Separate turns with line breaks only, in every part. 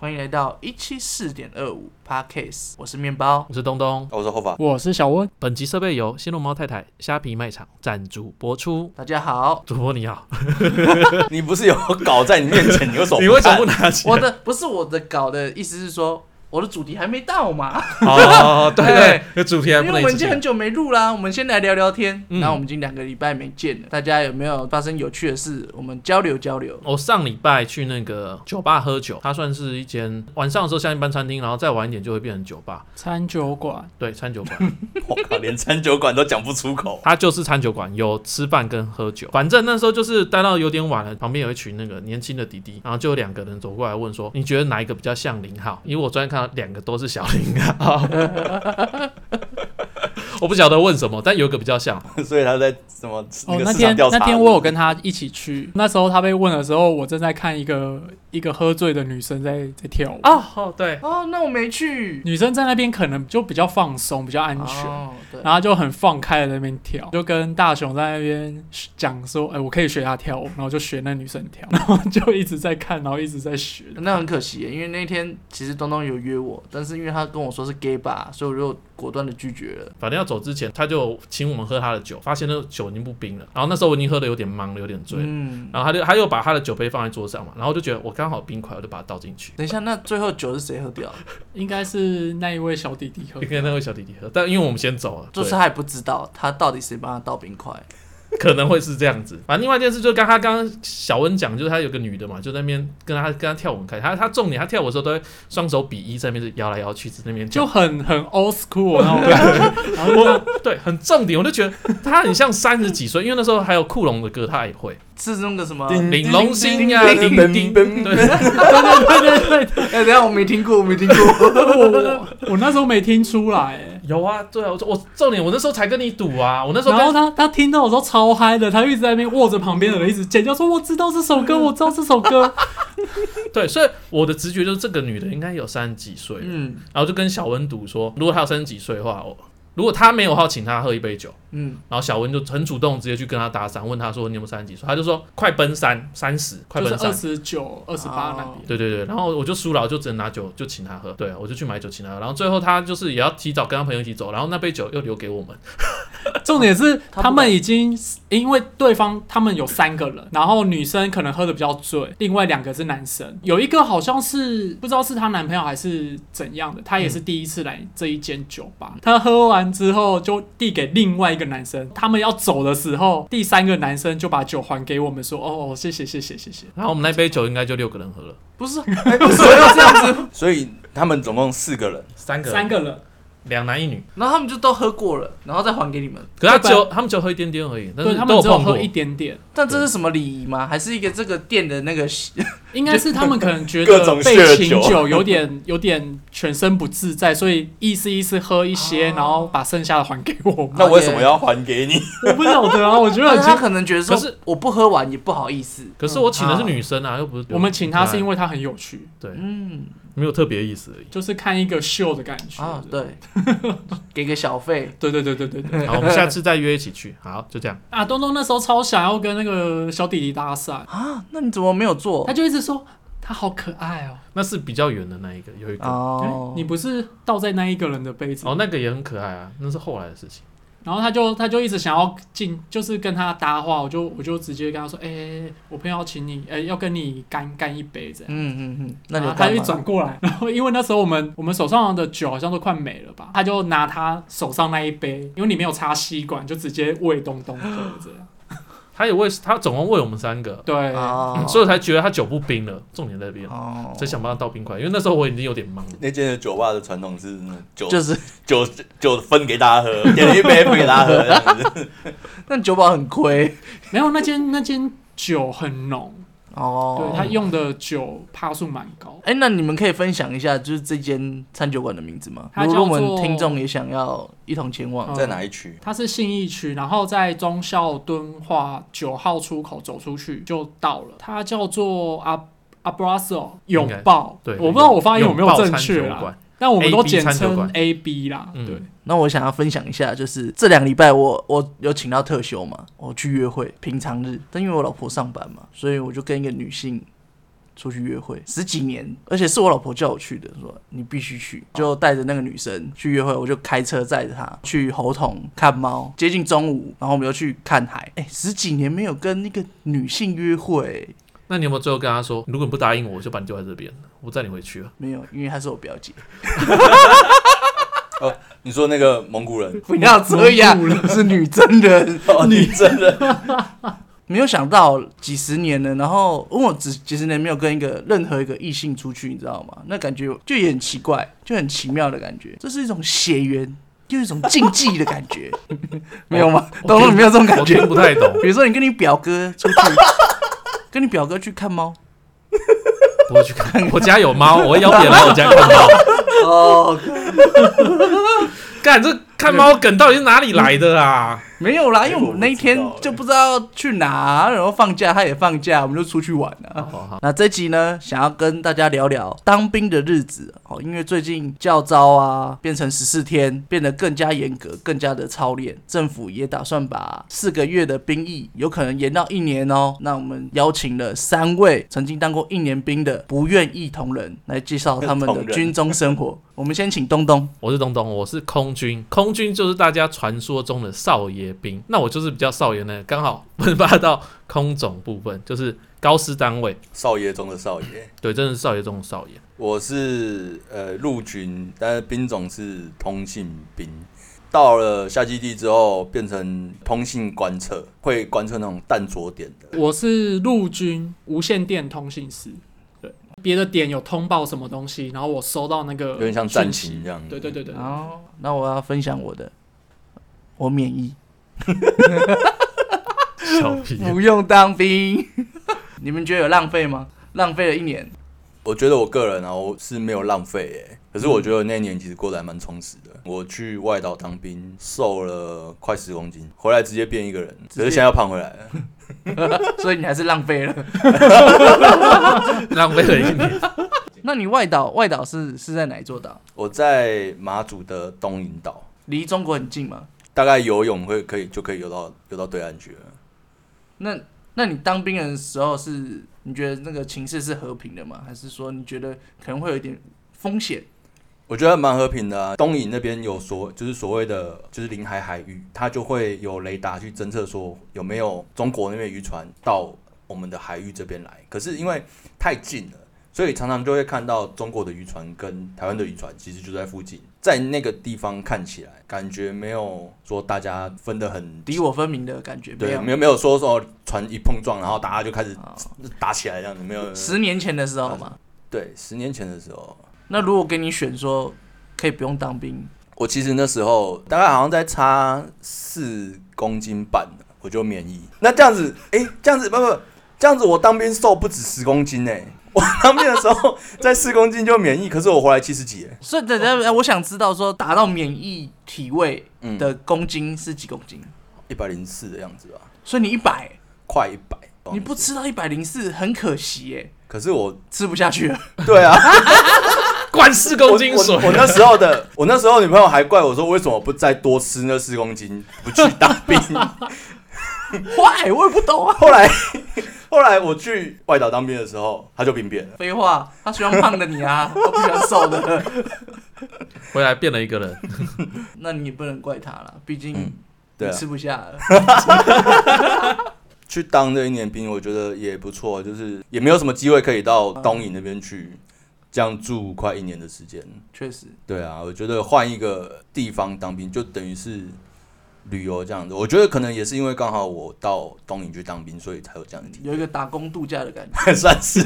欢迎来到一七四点二五 Podcast，我是面包。
我是东东。
我是后方，
我是小温，
本集设备由新龙猫太太虾皮卖场赞助播出。
大家 好，
主播你好，
你不是有稿在你面前，你 为什么
你为什么
不
不拿起来？
我的不是我的稿的意思是说，我的主题还没到嘛，
哦，对对，那主题还
因为
不
我
能
们
一
已
直
经很
讲。
久没录啦。我们先来聊聊天，
嗯
然后我们已经两个礼拜没见了，大家有没有发生有趣的事？我们交流交流。
我上礼拜去那个酒吧喝酒，它算是一间晚上的时候像一般餐厅，然后再晚一点就会变成酒吧，
餐酒馆
对，餐酒 馆，
我靠，连餐酒馆都讲不出口。
它就是餐酒馆，有吃饭跟喝酒。反正那时候就是待到有点晚了，旁边有一群那个年轻的弟弟，然后就有两个人走过来问说，你觉得哪一个比较像林浩？因为我昨天看到两个都是小林浩， 我不晓得问什么，但有一个比较像。
所以他在什么
哦，
个
那
市场
天
调查？
那天我有跟他一起去，那时候他被问的时候，我正在看一个一个喝醉的女生在在跳舞，
哦哦，对，
哦，那我没去。
女生在那边可能就比较放松，比较安全，
哦，对，
然后就很放开的在那边跳，就跟大雄在那边讲说，哎、我可以学他跳舞，然后就学那女生跳，然后就一直在看，然后一直在学，
那很可惜耶，因为那天其实东东有约我，但是因为他跟我说是 gay 吧，所以我就果断的拒绝了。
反正要走之前，他就请我们喝他的酒，发现那个酒已经不冰了。然后那时候我已经喝的有点忙了，有点醉了。
嗯，
然后他就他又把他的酒杯放在桌上嘛，然后我就觉得我刚好冰块，我就把它倒进去，
等一下，那最后酒是谁喝掉？
应该是那一位小弟弟喝
就。跟那位小弟弟喝。但因为我们先走了，
就是
对
他也不知道他到底谁帮他倒冰块。
可能会是这样子。反正另外一件事就是刚他刚刚小温讲，就是他有个女的嘛，就在那边跟他跟他跳舞很开心。他他重点他跳舞的时候都会双手比一，在那边摇来摇去，在那边
就
跳。
很很 old school 那种感觉，然后就这样
对，很重点，我就觉得他很像三十几岁，因为那时候还有库龙的歌，他也会。
是那个什么？
叮
玲珑心啊，
叮
叮
叮
叮，
叮叮
对，
哎、等一下我没听过，我没听 过。
我我那时候没听出来、欸，
有啊，对啊，我我重点我那时候才跟你赌啊，我那时候
然后
跟
他他听到我说超嗨的，他一直在那边握着旁边的人一直尖叫说我知道这首歌，我知道这首 歌。
对，所以我的直觉就是这个女的应该有三十几岁了，
嗯
然后就跟小温赌说，如果她有三十几岁的话，我如果她没有的话，请她喝一杯酒。
嗯，
然后小温就很主动，直接去跟她搭讪，问她说你有没有三十几岁，她就说快奔三三十，快
就是
奔
二
三。
十九、二十八那边。
对对对，然后我就输了，我就只能拿酒就请她喝，对我就去买酒请她喝，然后最后她就是也要提早跟她朋友一起走，然后那杯酒又留给我们，
重点是
他不
哦他们已经因为对方他们有三个人，然后女生可能喝的比较醉，另外两个是男生，有一个好像是不知道是她男朋友还是怎样的，她也是第一次来这一间酒吧。她喝完之后就递给另外一个男生，他们要走的时候，第三个男生就把酒还给我们说：“哦哦，谢谢谢谢谢谢。
然后我们那杯酒应该就六个人喝了，
不是，哎不是要这样子。
所以他们总共四个人，
三”
三个人，
两男一女，
然后他们就都喝过了，然后再还给你们。
可是他
对吧
只有他们只有喝一点点而已，但
对
是
他
都
们
有
只有
碰过
喝。一点点，
但这是什么礼仪吗？还是一个这个店的那个
应该是他们可能觉
各
得
种
被
酗
请
酒
酒有点有点全身不自在，所以意思意思喝一些，
哦
然后把剩下的还给我们。
那为什么要还给你？
我不晓得啊，我觉得
但
很
是他
奇。
可能觉得说，
可是
我不喝完也不好意思。
可是我请的是女生啊，又不是
嗯我们请他是因
为
为他很有趣，
对
嗯
没有特别意思而已。
就是看一个秀的感觉。
啊，对， 给个小费。
对对对对对对。
好，我们下次再约一起去。 好，就这样。
啊，东东那时候超想要跟那个小弟弟搭讪，
啊，那你怎么没有做
他？就一直说他好可爱哦。
那是比较远的那一个，有一个哦
哦
哎，你不是倒在那一个人的杯子里，
那个也很可爱啊，那是后来的事情。
然后他就他就一直想要进，就是跟他搭话，我就我就直接跟他说，哎、我朋友要请你，哎、要跟你干干一杯这样。
嗯嗯嗯，那你有
然后啊他
干
就
嘛
转过来， 然后因为那时候我们我们手上的酒好像都快没了吧，他就拿他手上那一杯，因为里面有插吸管，就直接喂东东喝这样。
他也喂，他总共喂我们三个，
对，
哦
所以我才觉得他酒不冰了。重点在这边，
哦，
才想办法倒冰块，因为那时候我已经有点忙了。
那间的酒吧的传统是那种酒
就是
酒酒分给大家喝， 点了一杯分给大家喝这
哦
样子。
那酒保很亏
没有那间那间酒很浓，
哦
对。他用的酒帕数蛮高，
哎、那你们可以分享一下，就是这间餐酒馆的名字吗？
它
如
叫
果我们
做
听众也想要一同前往，
嗯
在哪一区？
它是信义区，然后在忠孝敦化九号出口走出去就到了，它叫做阿阿布拉斯拥抱，
对，
我不知道我发音有没
拥
有
抱
正确啊
餐酒
啦，
馆
但我们都
AB
简
餐酒
称
馆
A B 啦，
嗯
对。
那我想要分享一下，就是这两礼拜我我有请到特休嘛，我去约会，平常日，但因为我老婆上班嘛，所以我就跟一个女性出去约会，十几年，而且是我老婆叫我去的，说你必须去，就带着那个女生去约会，我就开车载着她去猴童看猫，接近中午，然后我们又去看海，哎，十几年没有跟那个女性约会，
那你有没有最后跟他说，如果你不答应我，我就把你丢在这边，我载你回去了？
没有，因为她是我表姐，
你说那个蒙古 人，
不要这样，是女真人。
哦，你真的
没有想到几十年了，然后因为我只几十年没有跟一个任何一个异性出去，你知道吗？那感觉就也很奇怪，就很奇妙的感觉，这是一种血缘，又一种禁忌的感觉，没有吗？
我
东东你没有这种感
我
觉
听？不太懂，
比如说你跟你表哥出去，跟你表哥去看猫，
我会去看。我家有猫，我会邀别人来我家看猫。
哦，
干这看猫梗到底是哪里来的啊？
没有啦，因为
这个
我们那一天
我不知道欸
就不知道去哪，然后放假他也放假，我们就出去玩啊了、
好好，
那这集呢，想要跟大家聊聊当兵的日子哦，因为最近教招啊变成十四天，变得更加严格，更加的操练。政府也打算把四个月的兵役有可能延到一年哦。那我们邀请了三位曾经当过一年兵的不愿意同仁来介绍他们
同
的
仁
军中生 活。我们先请东东，
我是东东，我是空军，空军就是大家传说中的少爷兵。那我就是比较少爷呢，刚好 分发到空总部分，就是高师单位。
少爷中的少爷。
对，真的是少爷中的少爷。
我是呃陆军，但是兵种是通信兵。到了下基地之后，变成通信观测，会观测那种弹着点的。
我是陆军无线电通信师，对，别的点有通报什么东西，然后我收到那个
有点像
讯
战
息
情这样
呃对对对对，对
哦，那我要分享我的，我免疫，
小 屁
不用当兵。 你们觉得有浪费吗？浪费了一年。
我觉得我个人啊，我是没有浪费诶、可是我觉得那一年其实过得还蛮充实
嗯
的。我去外岛当兵，瘦了快十公斤，回来直接变一个人，只是现在要胖回来了。
所以你还是浪费了。
浪费了一年。
那你外岛外岛是是在哪一座岛？
我在马祖的东引岛，
离中国很近吗？
大概游泳会可以就可以游到游到对岸去了。
那那你当兵的时候是你觉得那个情势是和平的吗？还是说你觉得可能会有一点风险？
我觉得蛮和平的、啊。东引那边有所就是所谓的就是临海海域，它就会有雷达去侦测说有没有中国那边渔船到我们的海域这边来。可是因为太近了，所以常常就会看到中国的渔船跟台湾的渔船其实就在附近，在那个地方看起来感觉没有说大家分得很
敌我分明的感觉没
对，
有。
没有没有说说船一碰撞，然后大家就开始
哦
打起来这样子，没有。
十年前的时候嘛，
对，十年前的时候，
那如果给你选说可以不用当兵，
我其实那时候大概好像在差四公斤半，我就免疫。那这样子，哎、这样子不不，这样子我当兵瘦不止十公斤哎、我当兵的时候在四公斤就免疫，可是我回来七十几、欸，
所以等下我想知道说达到免疫体位
嗯，
的公斤是几公斤？
一百零四的样子吧，
所以你一百，
快一百。
你不？吃到一百零四很可惜耶，
可是我，
吃不下 去了。
对啊，
灌四
我
公斤水
我我那时候的，我那时候女朋友还怪我说，为什么不再多吃那四公斤，不去当兵？
坏，我也不懂啊。
后来， 后来我去外岛当兵的时候，他就兵变了。
废话，他喜欢胖的你 啊，我不喜欢瘦的。
回来变了一个人。
那你也不能怪他了，毕竟
嗯对
你
啊，
吃不下了。
去当这一年兵，我觉得也不错，就是也没有什么机会可以到东营那边去，这样住快一年的时间。
确 实，
对啊，我觉得换一个地方当兵，就等于是旅游这样子。我觉得可能也是因为刚好我到东营去当兵，所以才有这样的体
有一个打工度假的感觉。
验，算是。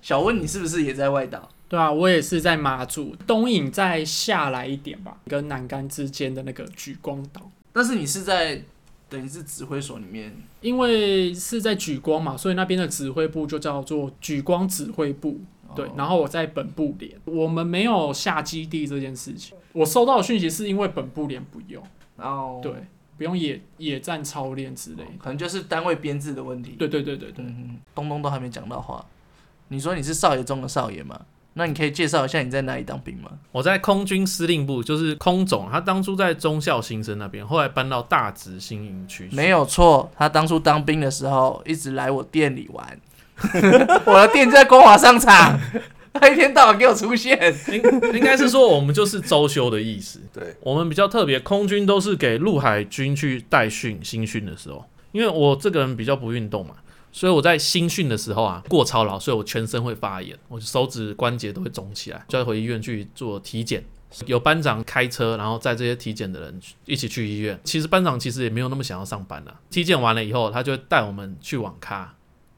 小温，你是不是也在外岛？
对啊，我也是在马祖东引再下来一点吧，跟南竿之间的那个举光岛。
但是你是在等于是指挥所里面，
因为是在举光嘛，所以那边的指挥部就叫做举光指挥部。对
哦，
然后我在本部连，我们没有下基地这件事情。我收到的讯息是因为本部连不用，
然
哦
后哦
对，，不用野野战操练之类的。
可能就是单位编制的问
哦
题。
对对对对对，
嗯，东东都还没讲到话。你说你是少爷中的少爷嘛？那你可以介绍一下你在哪里当兵吗？
我在空军司令部，就是空总，他当初在中校新生那边，后来搬到大直新营区。
没有错，他当初当兵的时候一直来我店里玩， 我的店就在光华商场， 他一天到晚给我出现。
应应该是说我们就是周休的意思。
对，
我们比较特别，空军都是给陆海军去代训新训的时候，因为我这个人比较不运动嘛，所以我在新训的时候啊过操劳，所以我全身会发炎，我手指关节都会肿起来，就要回医院去做体检。有班长开车，然后载这些体检的人一起去医院。其实班长其实也没有那么想要上班啦、体检完了以后，他就会带我们去网咖。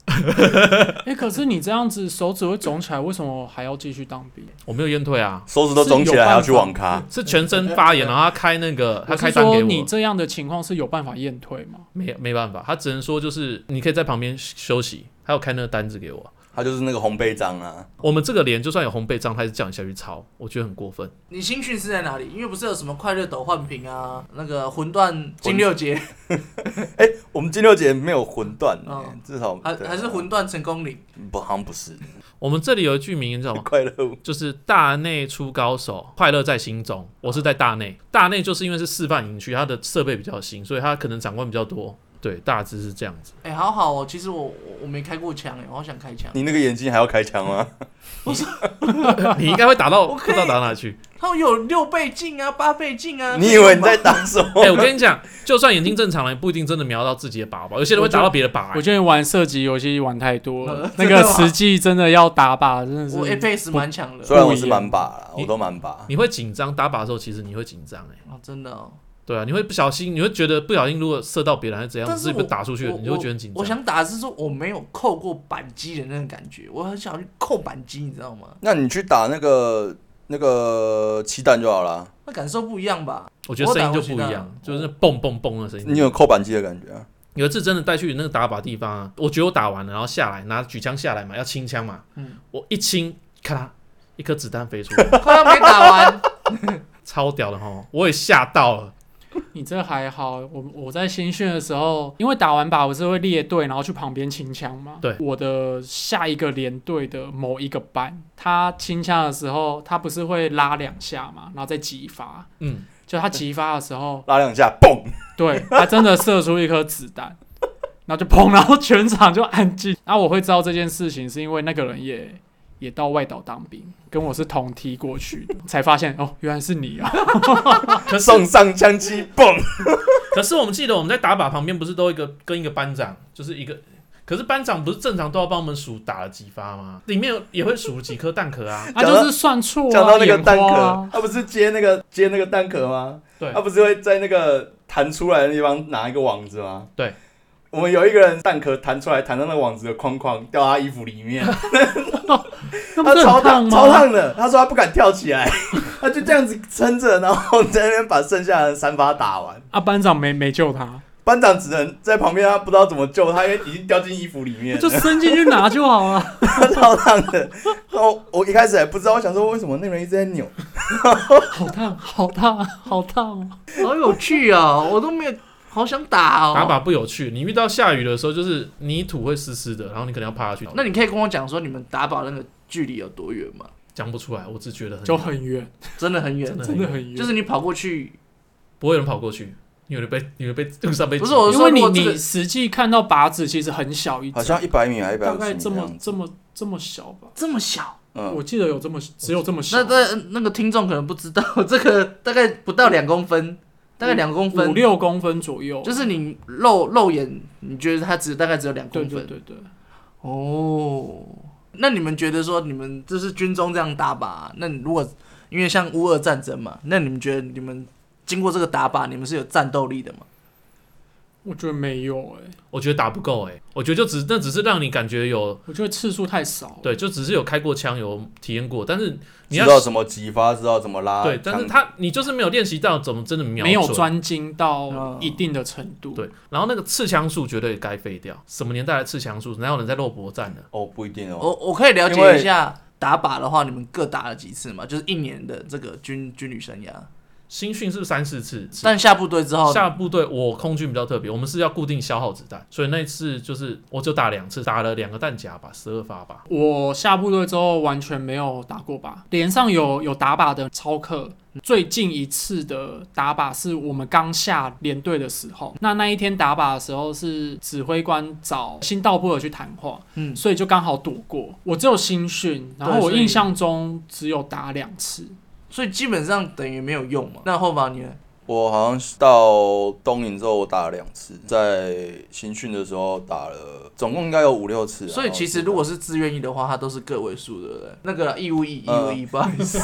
哎、可是你这样子手指会肿起来，为什么还要继续当兵？
我没有烟退啊，
手指都肿起来还要去网咖，
是全身发炎，然后他开那个他
我
开
是
单给
说
我。
你这样的情况是有办法验退吗？
没没办法，他只能说就是你可以在旁边休息，还有开那个单子给我。
他就是那个红背章啊，
我们这个连就算有烘焙账，他还是叫你下去抄，我觉得很过分。
你新训是在哪里？因为不是有什么快乐斗换屏啊，那个魂断金六节，
我们金六姐没有魂断、
哦
欸至少
还
对啊
还是魂断成功岭。
不好像不是
我们这里有一句名言叫什么？
快乐舞
就是大内出高手，快乐在心中。我是在大内，大内就是因为是示范营区，它的设备比较新，所以它可能长官比较多。对，大致是这样 子。
哎、好好哦，其实我我我没开过枪哎、我好想开枪。
你那个眼睛还要开 枪吗？
你应该会打到
我
不
可以
知道打到哪去。
他们有六倍镜啊，八倍镜啊。
你以为你在打什么？
哎、我跟你讲，就算眼睛正常了，也不一定真的瞄到自己的靶吧。有些人会打到别的靶、
我觉得你玩射击游戏玩太多了
呃，
那
真的
个
吗
实际真的要打靶，真的
我
是
Apex 蛮强
啊
的
虽然我是满把啦，
你
我都满把。
你会紧张，打靶的时候其实你会紧张哎。
哦，真的哦。
对啊，你会不小心，你会觉得不小心如果射到别人还是怎样，
但
自己
是
被
我
打出去了，
我
你就会觉得很紧
我
张。
想打的是说我没有扣过扳机的那种感觉，我很想去扣扳机，你知道吗？
那你去打那个那个气弹就好啦。
那感受不一样吧？
我觉得声音
我打啊我嗯
就不一
知
样
道，
就是那蹦蹦蹦的声
你
音。
嗯
有扣扳机的感觉啊？
有一次真的带去那个打靶地方啊，我觉得我打完了，然后下来拿举枪下来嘛，要清枪嘛，
嗯
我一清，咔啦，一颗子弹飞出来，
快要没打完，
超屌的哈！我也吓到了，
你这还好。我我在新训的时候，因为打完靶我是会列队，然后去旁边清枪嘛。
对
我的下一个连队的某一个班，他清枪的时候，他不是会拉两下嘛，然后再击发。
嗯，
就他击发的 时候，
拉两下，嘣！
对他真的射出一颗子弹，然后就砰，然后全场就安静。然后我会知道这件事情，是因为那个人也也到外岛当兵，跟我是同梯过去的，才发现哦，原来是你啊！
可是
送上枪击，嘣！
可是我们记得我们在打靶旁边不是都有一个跟一个班长，就是一个。可是班长不是正常都要帮我们数打了几发吗？里面有也会数几颗弹壳啊。
他就是算错啊，
讲到那个弹
眼花
壳
啊，
他不是接那个接那个弹壳吗？
对
他不是会在那个弹出来的地方拿一个网子吗？
对。
我们有一个人弹壳弹出来，弹到那个网子的框框，掉他衣服里 面，
那不
他
是
超
很烫
烫
吗？
超烫的。他说他不敢跳起来， 他就这样子撑着，然后在那边把剩下的三发打完。
啊！班长没没救他，
班长只能在旁边，他不知道怎么救，他因为已经掉进衣服里面了，
就伸进去拿就好了。
超烫的。然后我一开始还不知道，我想说为什么那个人一直在扭，
好烫，好烫，好烫哦！
好有趣哦，我都没有，好想打哦。
打靶不有趣，你遇到下雨的时候，就是泥土会湿湿的，然后你可能要趴下去。
那你可以跟我讲说你们打靶那个距离有多远吗？
讲不出来，我只觉得很
就很远，
真的很远，
真的
真的很远。
就是你跑过去，
不会有人跑过去，你有人被你有人被路上被
不是我
因
说
为
如
你
果这个
你实际看到靶子其实很小一只，
好像一百米还一百
大
五
概
十米
这
这
么
样子。
这么这么小吧。
这么小，
嗯，
我记得有这么只有这么小，
那那那个听众可能不知道，这个大概不到两公分，大概两公
五
分，
六公分左右，
就是你肉肉眼，你觉得它只大概只有两
对
公
对
分
对对，
哦。那你们觉得说你们就是军中这样打靶，那你如果因为像乌俄战争嘛，那你们觉得你们经过这个打靶，你们是有战斗力的吗？
我觉得没有哎、
我觉得打不够哎、我觉得就只那只是让你感觉有
我觉得次数太少了。
对，就只是有开过枪有体验过，但是你
知
要
道怎么击发，知道怎么拉。
对，但是他你就是没有练习到怎么真的瞄
没有
准
专精
嗯
到一定的程度。
对，然后那个刺枪术绝对该废掉，什么年代的刺枪术，哪有人在肉搏战的？
哦，不一定哦。
我我可以了
因为
解一下打靶的话，你们各打了几次嘛？就是一年的这个军军旅生涯，
新训是三四次，
但下部队之后，
下部队我空军比较特别，我们是要固定消耗子弹，所以那次就是我就打两次，打了两个弹夹吧，十二发吧。
我下部队之后完全没有打过靶，连上有有打靶的超课。最近一次的打靶是我们刚下连队的时候，那那一天打靶的时候是指挥官找新道布尔去谈话，
嗯，
所以就刚好躲过。我只有新训，然后
对
我
所以
印象中只有打两次。
所以基本上等于没有用嘛。那后防你呢
我好像是到东营之后我打了两次，在新训的时候打了，总共应该有五六次啊。
所以其实如果是自愿意的话，它都是个位数，对不对？那个啦义务役，义务
呃
役，不好意思，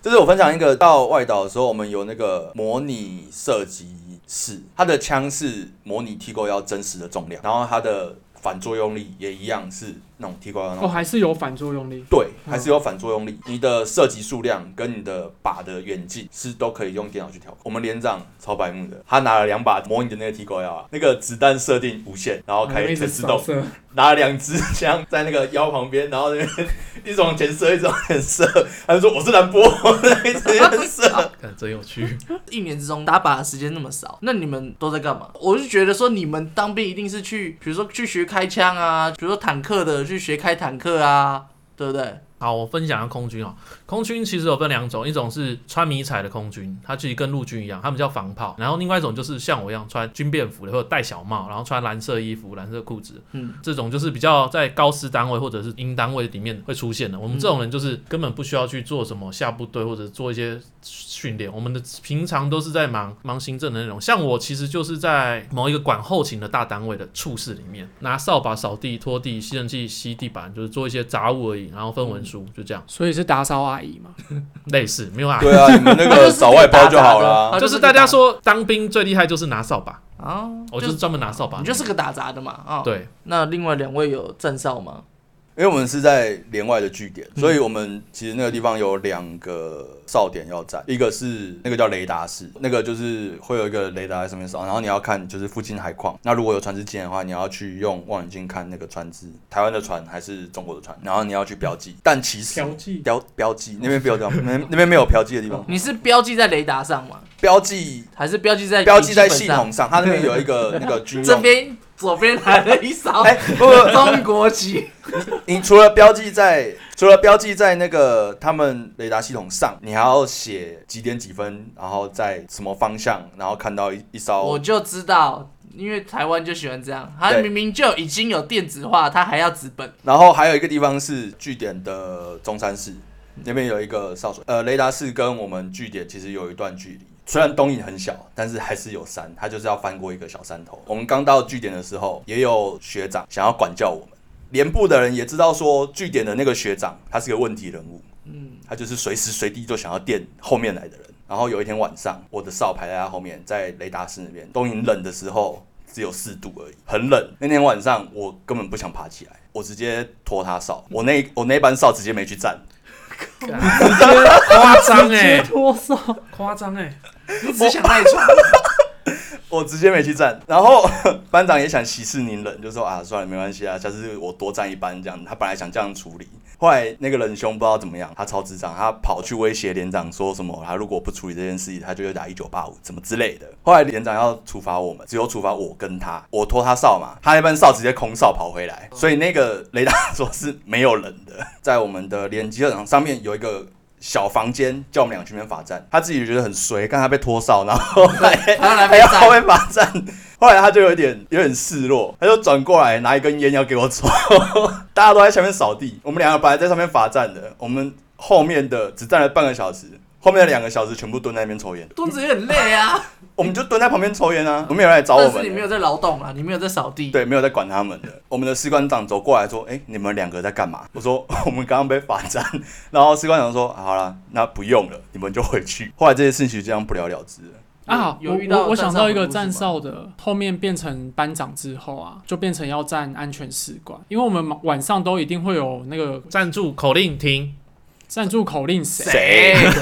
这是我分享一个到外岛的时候，我们有那个模拟射击室，它的枪是模拟提钩腰真实的重量，然后它的反作用力也一样是那种提钩腰那
哦，
种。
还是有反作用力。
对，还是有反作用力。你的射击数量跟你的靶的远近是都可以用电脑去调控。我们连长超白目的，他拿了两把模拟的那个提钩腰啊，那个子弹设定无限，然后开
一
始
直
自动
扫，射，
拿了两支枪在那个腰旁边，然后那边一直往前射，一直往前射。他就说我是蓝波， 一直在射。
看真有趣，
一年之中打靶的时间那么少，那你们都在干嘛？我就觉得说，你们当兵一定是去，比如说去学开枪啊，比如说坦克的去学开坦克啊，对不对？
好，我分享一下空军哦。空军其实有分两种，一种是穿迷彩的空军，它其实跟陆军一样，他们叫防炮；然后另外一种就是像我一样穿军便服的，或者戴小帽，然后穿蓝色衣服、蓝色裤子，
嗯，
这种就是比较在高师单位或者是营单位里面会出现的。我们这种人就是根本不需要去做什么下部队或者做一些训练，我们的平常都是在忙忙行政的内容。像我其实就是在某一个管后勤的大单位的处室里面，拿扫把扫地、拖地、吸尘器吸地板，就是做一些杂物而已，然后分文书，就这样，
所以是打扫阿姨嘛？
类似没有啊。
对啊，你们那
他就
个
是
找外包就好
打杂的
啦。
就是大家说当兵最厉害就是拿扫把，
啊，
我就是专门拿扫把
你
的。
就是个打杂的嘛啊。，
对，
那另外两位有站哨吗？
因为我们是在连外的据点，所以我们其实那个地方有两个哨点要站，一个是那个叫雷达室，那个就是会有一个雷达在上面扫，然后你要看就是附近海况。那如果有船只进来的话，你要去用望远镜看那个船只，台湾的船还是中国的船，然后你要去标
嗯
记。但其实
嫖妓
标标记那边不要标，那边那边没有标记的地方，
你是标记在雷达上吗？
标 记
还是标记在
标记在
笔
系
记本上
统上，它那边有一个 那个军
这
用。
边左边来了一勺
哎，不不，不
中国旗，
你除了标记在除了标记在那个他们雷达系统上，你还要写几点几分，然后在什么方向，然后看到一一艘
我就知道。因为台湾就喜欢这样，他
哦对
明明就已经有电子化，他还要纸本。
然后还有一个地方是据点的中山市，那边有一个哨所。呃，雷达室跟我们据点其实有一段距离，虽然东引很小，但是还是有山，它就是要翻过一个小山头。我们刚到据点的时候，也有学长想要管教我们。连部的人也知道说，据点的那个学长他是个问题人物，嗯，他就是随时随地就想要电后面来的人。然后有一天晚上，我的哨排在他后面，在雷达室那边，东营冷的时候只有四度而已，很冷。那天晚上我根本不想爬起来，我直接拖他哨，
嗯
我那我那班哨直接没去站，
夸张
接
哎，
多少？
夸张
欸
哎，
你 只想赖床，
我直接没去站。然后班长也想息事宁人，就说啊，算了，没关系啊，下次我多站一班这样。他本来想这样处理，后来那个仁兄不知道怎么样，他超智障，他跑去威胁连长说什么，他如果不处理这件事情，他就要打一九八五怎么之类的。后来连长要处罚我们，只有处罚我跟他，我拖他哨嘛，他那班哨直接空哨跑回来，所以那个雷达说是没有人的，在我们的连击场上面有一个。小房间叫我们俩去那边罚站，他自己觉得很衰，看他被拖哨，然后还
他来
还
被
要
宰
后面罚站。后来他就有点有点示弱，他就转过来拿一根烟要给我抽， 大家都在下面扫地，我们两个本来在上面罚站的，我们后面的只站了半个小时，后面的两个小时全部蹲在那边抽烟，
肚子也很累 啊。
我们就蹲在旁边抽烟啊，我们有人来找我
但是你
们
没有
的。
在劳动啊，你没有在扫地。
对，没有在管他们的。我们的士官长走过来说：“哎、你们两个在干嘛？”我说：“ 我们刚刚被罚站。”然后士官长说：“好了，那不用了，你们就回去。”后来这些事情就这样不了了之了。
啊，
有
我
遇到
我我
站
想
哨
到一
的
个
故事
站
吗
哨的，后面变成班长之后啊，就变成要站安全士官，因为我们晚上都一定会有那个
站住口令停，
站住口令谁。
谁？
哎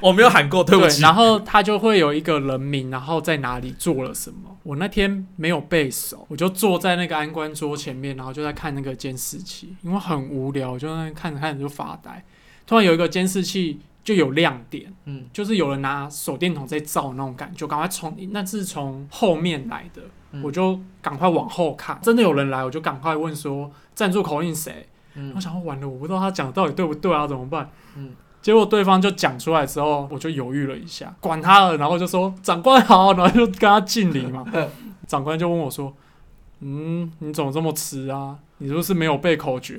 我没有喊 过，对不
对，
起。
然后他就会有一个人名，然后在哪里做了什么。我那天没有背熟，我就坐在那个安官桌前面，然后就在看那个监视器，因为很无聊，我就在那看着看着就发呆。突然有一个监视器就有亮点，
嗯，
就是有人拿手电筒在照那种感觉，赶快从那是从后面来的，
嗯
我就赶快往后看，真的有人来，我就赶快问说赞助口音谁？
嗯
我想说完了，我不知道他讲的到底对不对啊，怎么办？
嗯
结果对方就讲出来之后，我就犹豫了一下，管他了，然后就说长官好，然后就跟他敬礼 嘛。长官就问我说：“嗯，你怎么这么迟啊？你是不是没有背口诀？”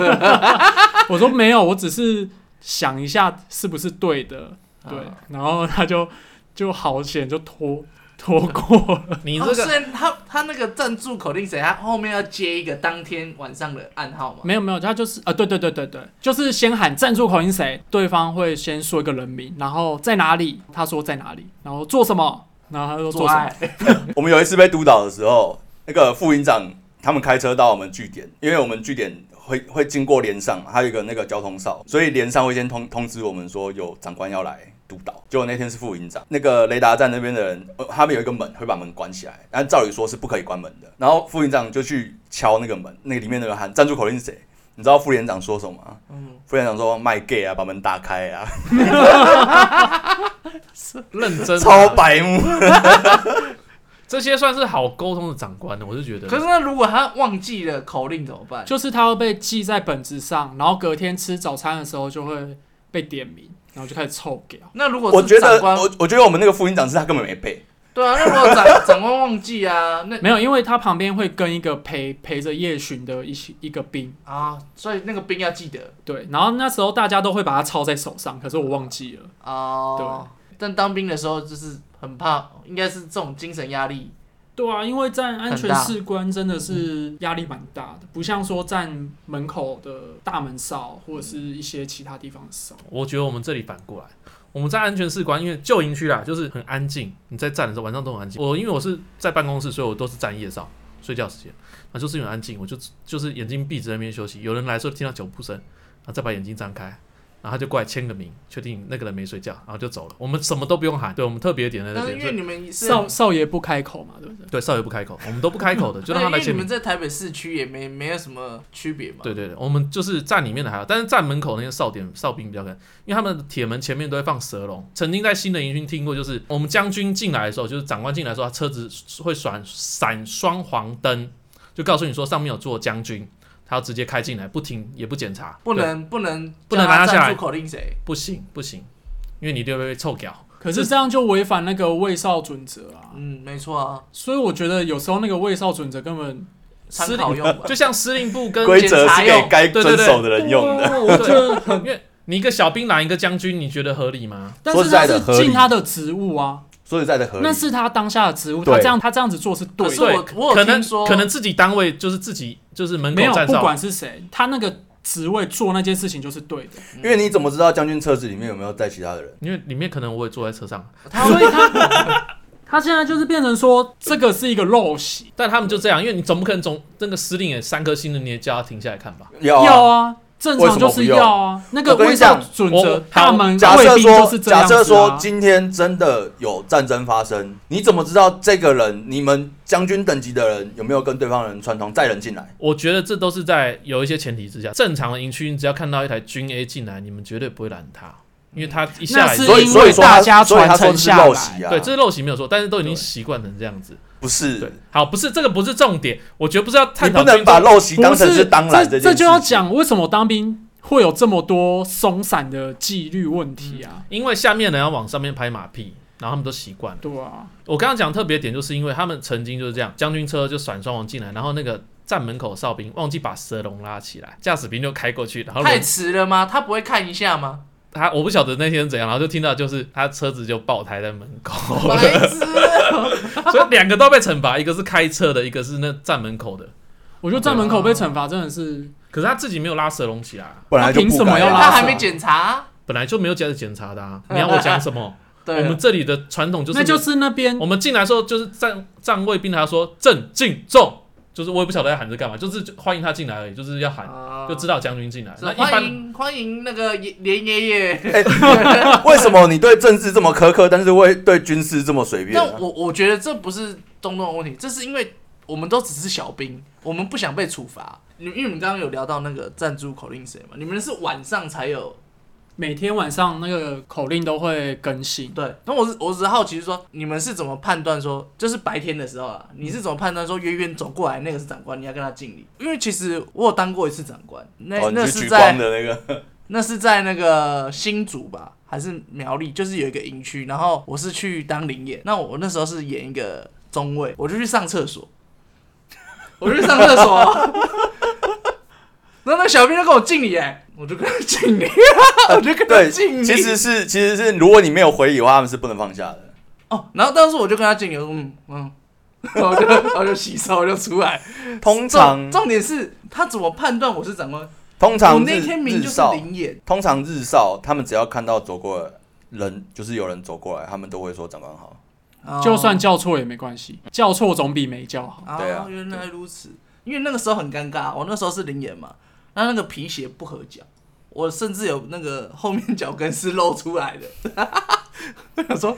我说没有，我只是想一下是不是对的，对。
啊
然后他就就好险就拖拖过了，
你
你
这个
虽然哦他他那个赞助口令谁，他后面要接一个当天晚上的暗号嘛？
没有没有，他就是啊，对对对对对，就是先喊赞助口音谁，对方会先说一个人名，然后在哪里，他说在哪里，然后做什么，然后他说
做
做什么
爱，
我们有一次被督导的时候，那个副营长他们开车到我们据点，因为我们据点会会经过连上嘛，还有一个那个交通哨，所以连上会先通通知我们说有长官要来督导。结果那天是副营长，那个雷达站那边的人，呃他们有一个门会把门关起来，但照理说是不可以关门的。然后副营长就去敲那个门，那个里面的人喊站住口令是谁？你知道副连长说什么吗？
嗯，
副连长说卖 gay 啊，把门打开啊，
认真啊
超白目。
这些算是好沟通的长官的，我是觉得。
可是那如果他忘记了口令怎么办？
就是他会被记在本子上，然后隔天吃早餐的时候就会被点名，然后就开始臭屌。
那如果
我觉
是
得
长官，
我我觉得我们那个副营长是他根本没背，
对啊，那如果长 长官忘记啊，那
没有，因为他旁边会跟一个陪陪着夜巡的一起一个兵，
啊，所以那个兵要记得
对，然后那时候大家都会把它抄在手上，可是我忘记了，
哦。但当兵的时候就是很怕，应该是这种精神压力。
对啊，因为站安
很
全
大
士官真的是压力蛮大的，不像说站门口的大门哨或者是一些其他地方的哨。
我觉得我们这里反过来，我们在安全士官，因为旧营区啦，就是很安静，你在站的时候晚上都很安静。我因为我是在办公室，所以我都是站夜哨，睡觉时间，那就是很安静，我就就是眼睛闭着在那边休息。有人来的时候听到脚步声，然后再把眼睛张开，然后他就过来签个名，确定那个人没睡觉，然后就走了。我们什么都不用喊，对我们特别点在那
但是因
边，所
为
以
你们是，
少少爷不开口嘛，对不对？
对少爷不开口，我们都不开口的，就让他
因
来
为你
签名
们。在台北市区也没没有什么区别嘛。
对对对，我们就是站里面的还好，但是站门口那些哨点哨兵比较可能，因为他们的铁门前面都会放蛇笼。曾经在新的营区听过，就是我们将军进来的时候，就是长官进来的时候，他车子会闪闪双黄灯，就告诉你说上面有坐将军，他要直接开进来，不停也不检查，
不
对
能不能
不能
叫他
拿下来
站住口令谁？
不行不行，因为你就会被臭屌。
可是这样就违反那个卫哨准则啊，
嗯，没错啊，
所以我觉得有时候那个卫哨准则根本
参
司
考
令
用吧。
就像司令部跟
规则是给该
对
遵
对对
守的人用的。
对啊我觉 得很
因为你一个小兵拦一个将军，你觉得合理吗？
但
说
是
实
他
在的
是
合
尽
理
他的职务啊，
说实在的，合理。
那是他当下的职务，
对
他这样他这样子做是对
可是
的，
我我
可
有
能
听说，
可能自己单位就是自己就是门
没有
口站
不
哨，
管是谁，他那个职位做那件事情就是对的，
因为你怎么知道将军车子里面有没有载其他的人？
因为里面可能我也坐在车上，
他
所以他他现在就是变成说这个是一个陋习，
但他们就这样，因为你总不可能总那个司令也三颗星的，你也叫他停下来看吧？
要
要
啊。
啊，正常就是要啊，那个
我跟
卫
你
哨
讲
准
我
则，大门
假
卫
设
兵就
说，
是这样
假
子啊
设说今天真的有战争发生，你怎么知道这个人，你们将军等级的人有没有跟对方人串通载人进来？
我觉得这都是在有一些前提之下，正常的营区，你只要看到一台军 A 进来，你们绝对不会拦他，因为他一下
那
来就
是
所以
因为
所以说
大家
他所以他
传承
说是
下来
陋习啊，
对，这是陋习没有错，但是都已经
对
习惯成这样子。
不
对
是，
好，不是这个不是重点，我觉得不是要
你
探讨
不
军
能把
中
陋习
不
当成
是
当然
这
件事
就要
情。
讲为什么当兵会有这么多松散的纪律问题啊，
因为下面人要往上面拍马屁，然后他们都习惯
嗯
了。
对啊，
我刚刚讲特别点，就是因为他们曾经就是这样，将军车就闪双黄进来，然后那个站门口哨兵忘记把蛇笼拉起来，驾驶兵就开过去，然后轮
太迟了吗？他不会看一下 吗？
他我不晓得那天是怎样，然后就听到就是他车子就爆胎在门口，
白痴 哦，
所以两个都被惩罚，一个是开车的，一个是那站门口的。
我觉得站门口被惩罚真的是
可是他自己没有拉蛇笼起来啊，
本来就
他凭
不
什么
该
要
啊
拉
他还没 检查啊。
本来就没有这样子检查的啊。你要我讲什么？ 我
对啊
们，这里的传统就是，
那就是那边哦
我们进来的时候就是站站卫兵，还要说正进重，就是我也不晓得要喊这干嘛，就是就欢迎他进来而已，就是要喊，
啊
就知道将军进来。
是啊
那一
欢
般
迎欢迎那个爷连爷啊爷。
哎为什么你对政治这么苛刻，但是会对军事这么随便
但
啊？
我我觉得这不是东东的问题，这是因为我们都只是小兵，我们不想被处罚。你因为你们刚刚有聊到那个赞助口令谁嘛，你们是晚上才有
每天晚上那个口令都会更新。
对，那我是我只是好奇说，你们是怎么判断说，就是白天的时候
嗯
啊，你是怎么判断说圆圆走过来那个是长官，你要跟他敬礼？因为其实我有当过一次长官，那、
哦，你
那
就是聚光
在
的那个，
那是在那个新竹吧，还是苗栗？就是有一个营区，然后我是去当领演，那我那时候是演一个中尉，我就去上厕所，我就去上厕所， 然后那小兵就跟我敬礼、哎，我就跟他敬礼， 我就 跟他
对，
敬礼，
其实是其实是如果你没有回礼的话，他们是不能放下的。
哦，然后当时我就跟他敬礼，我说嗯嗯， 然后我就然后就洗手就出来。
通
重
常
重点是他怎么判断我是长官？
通
我
常
那
日
天明
日
就是
少，
零眼，
通常日少他们只要看到走过的人，就是有人走过来，他们都会说长官好。
哦
就算叫错也没关系，叫错总比没叫好。
啊
对啊
原来如此。因为那个时候很尴尬，我那时候是零眼嘛，那那个皮鞋不合脚，我甚至有那个后面脚跟是露出来的。 我想说，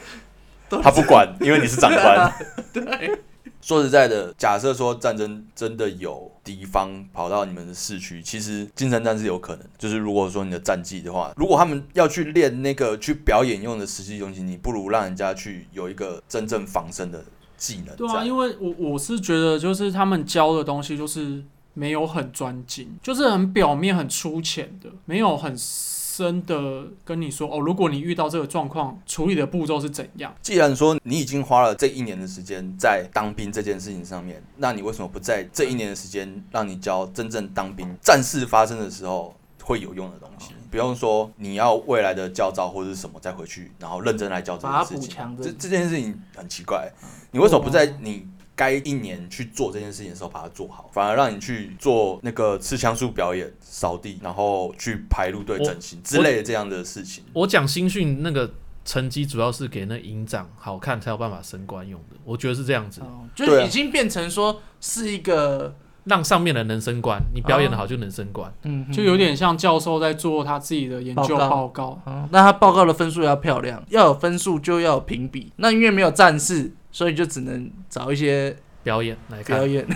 他不管，因为你是长官。
对，
说实在的，假设说战争真的有敌方跑到你们的市区，其实近战战是有可能。就是如果说你的战绩的话，如果他们要去练那个去表演用的实际东西，你不如让人家去有一个真正防身的技能在。
对啊，因为我我是觉得就是他们教的东西就是没有很专精，就是很表面、很粗浅的，没有很深的跟你说哦，如果你遇到这个状况，处理的步骤是怎样。
既然说你已经花了这一年的时间在当兵这件事情上面，那你为什么不在这一年的时间让你教真正当兵战事发生的时候会有用的东西？不用说你要未来的教招或者是什么再回去，然后认真来教这
把
件
它
事
补
情啊
强。的
这这件事情很奇怪，你为什么不在你该一年去做这件事情的时候把它做好，反而让你去做那个吃枪术表演、扫地，然后去排路队
我
整形之类的这样的事情？
我讲新训那个成绩主要是给那营长好看才有办法升官用的，我觉得是这样子，
哦就
对
是
啊
已经变成说是一个
让上面的人能升官，你表演的好就能升官。
嗯
就有点像教授在做他自己的研究
报告
报告，
哦，那他报告的分数要漂亮，要有分数就要有评比。那因为没有战士，所以就只能找一些
表演来
表
看，
演。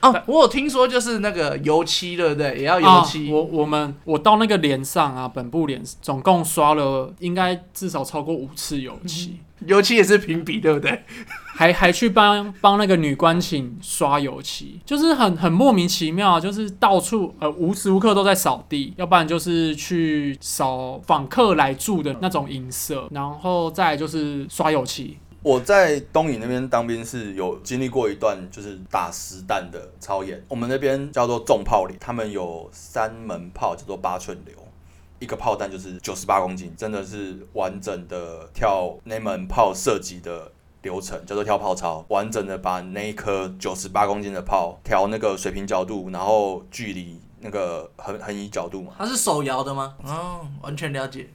哦，我有听说就是那个油漆，对不对？也要油漆。
啊、我我们我到那个连上啊，本部连总共刷了应该至少超过五次油漆，
油漆也是评比，对不对？
还还去帮帮那个女官寝刷油漆，就是很很莫名其妙啊，就是到处呃无时无刻都在扫地，要不然就是去扫访客来住的那种营舍，然后再来就是刷油漆。
我在东营那边当兵是有经历过一段就是打实弹的操演，我们那边叫做重炮连，他们有三门炮叫做八寸流，一个炮弹就是九十八公斤，真的是完整的跳那门炮射击的。流程叫做跳炮操，完整的把那一颗九十八公斤的炮调那个水平角度，然后距离那个横横移角度嘛。
它是手摇的吗？哦，完全了解。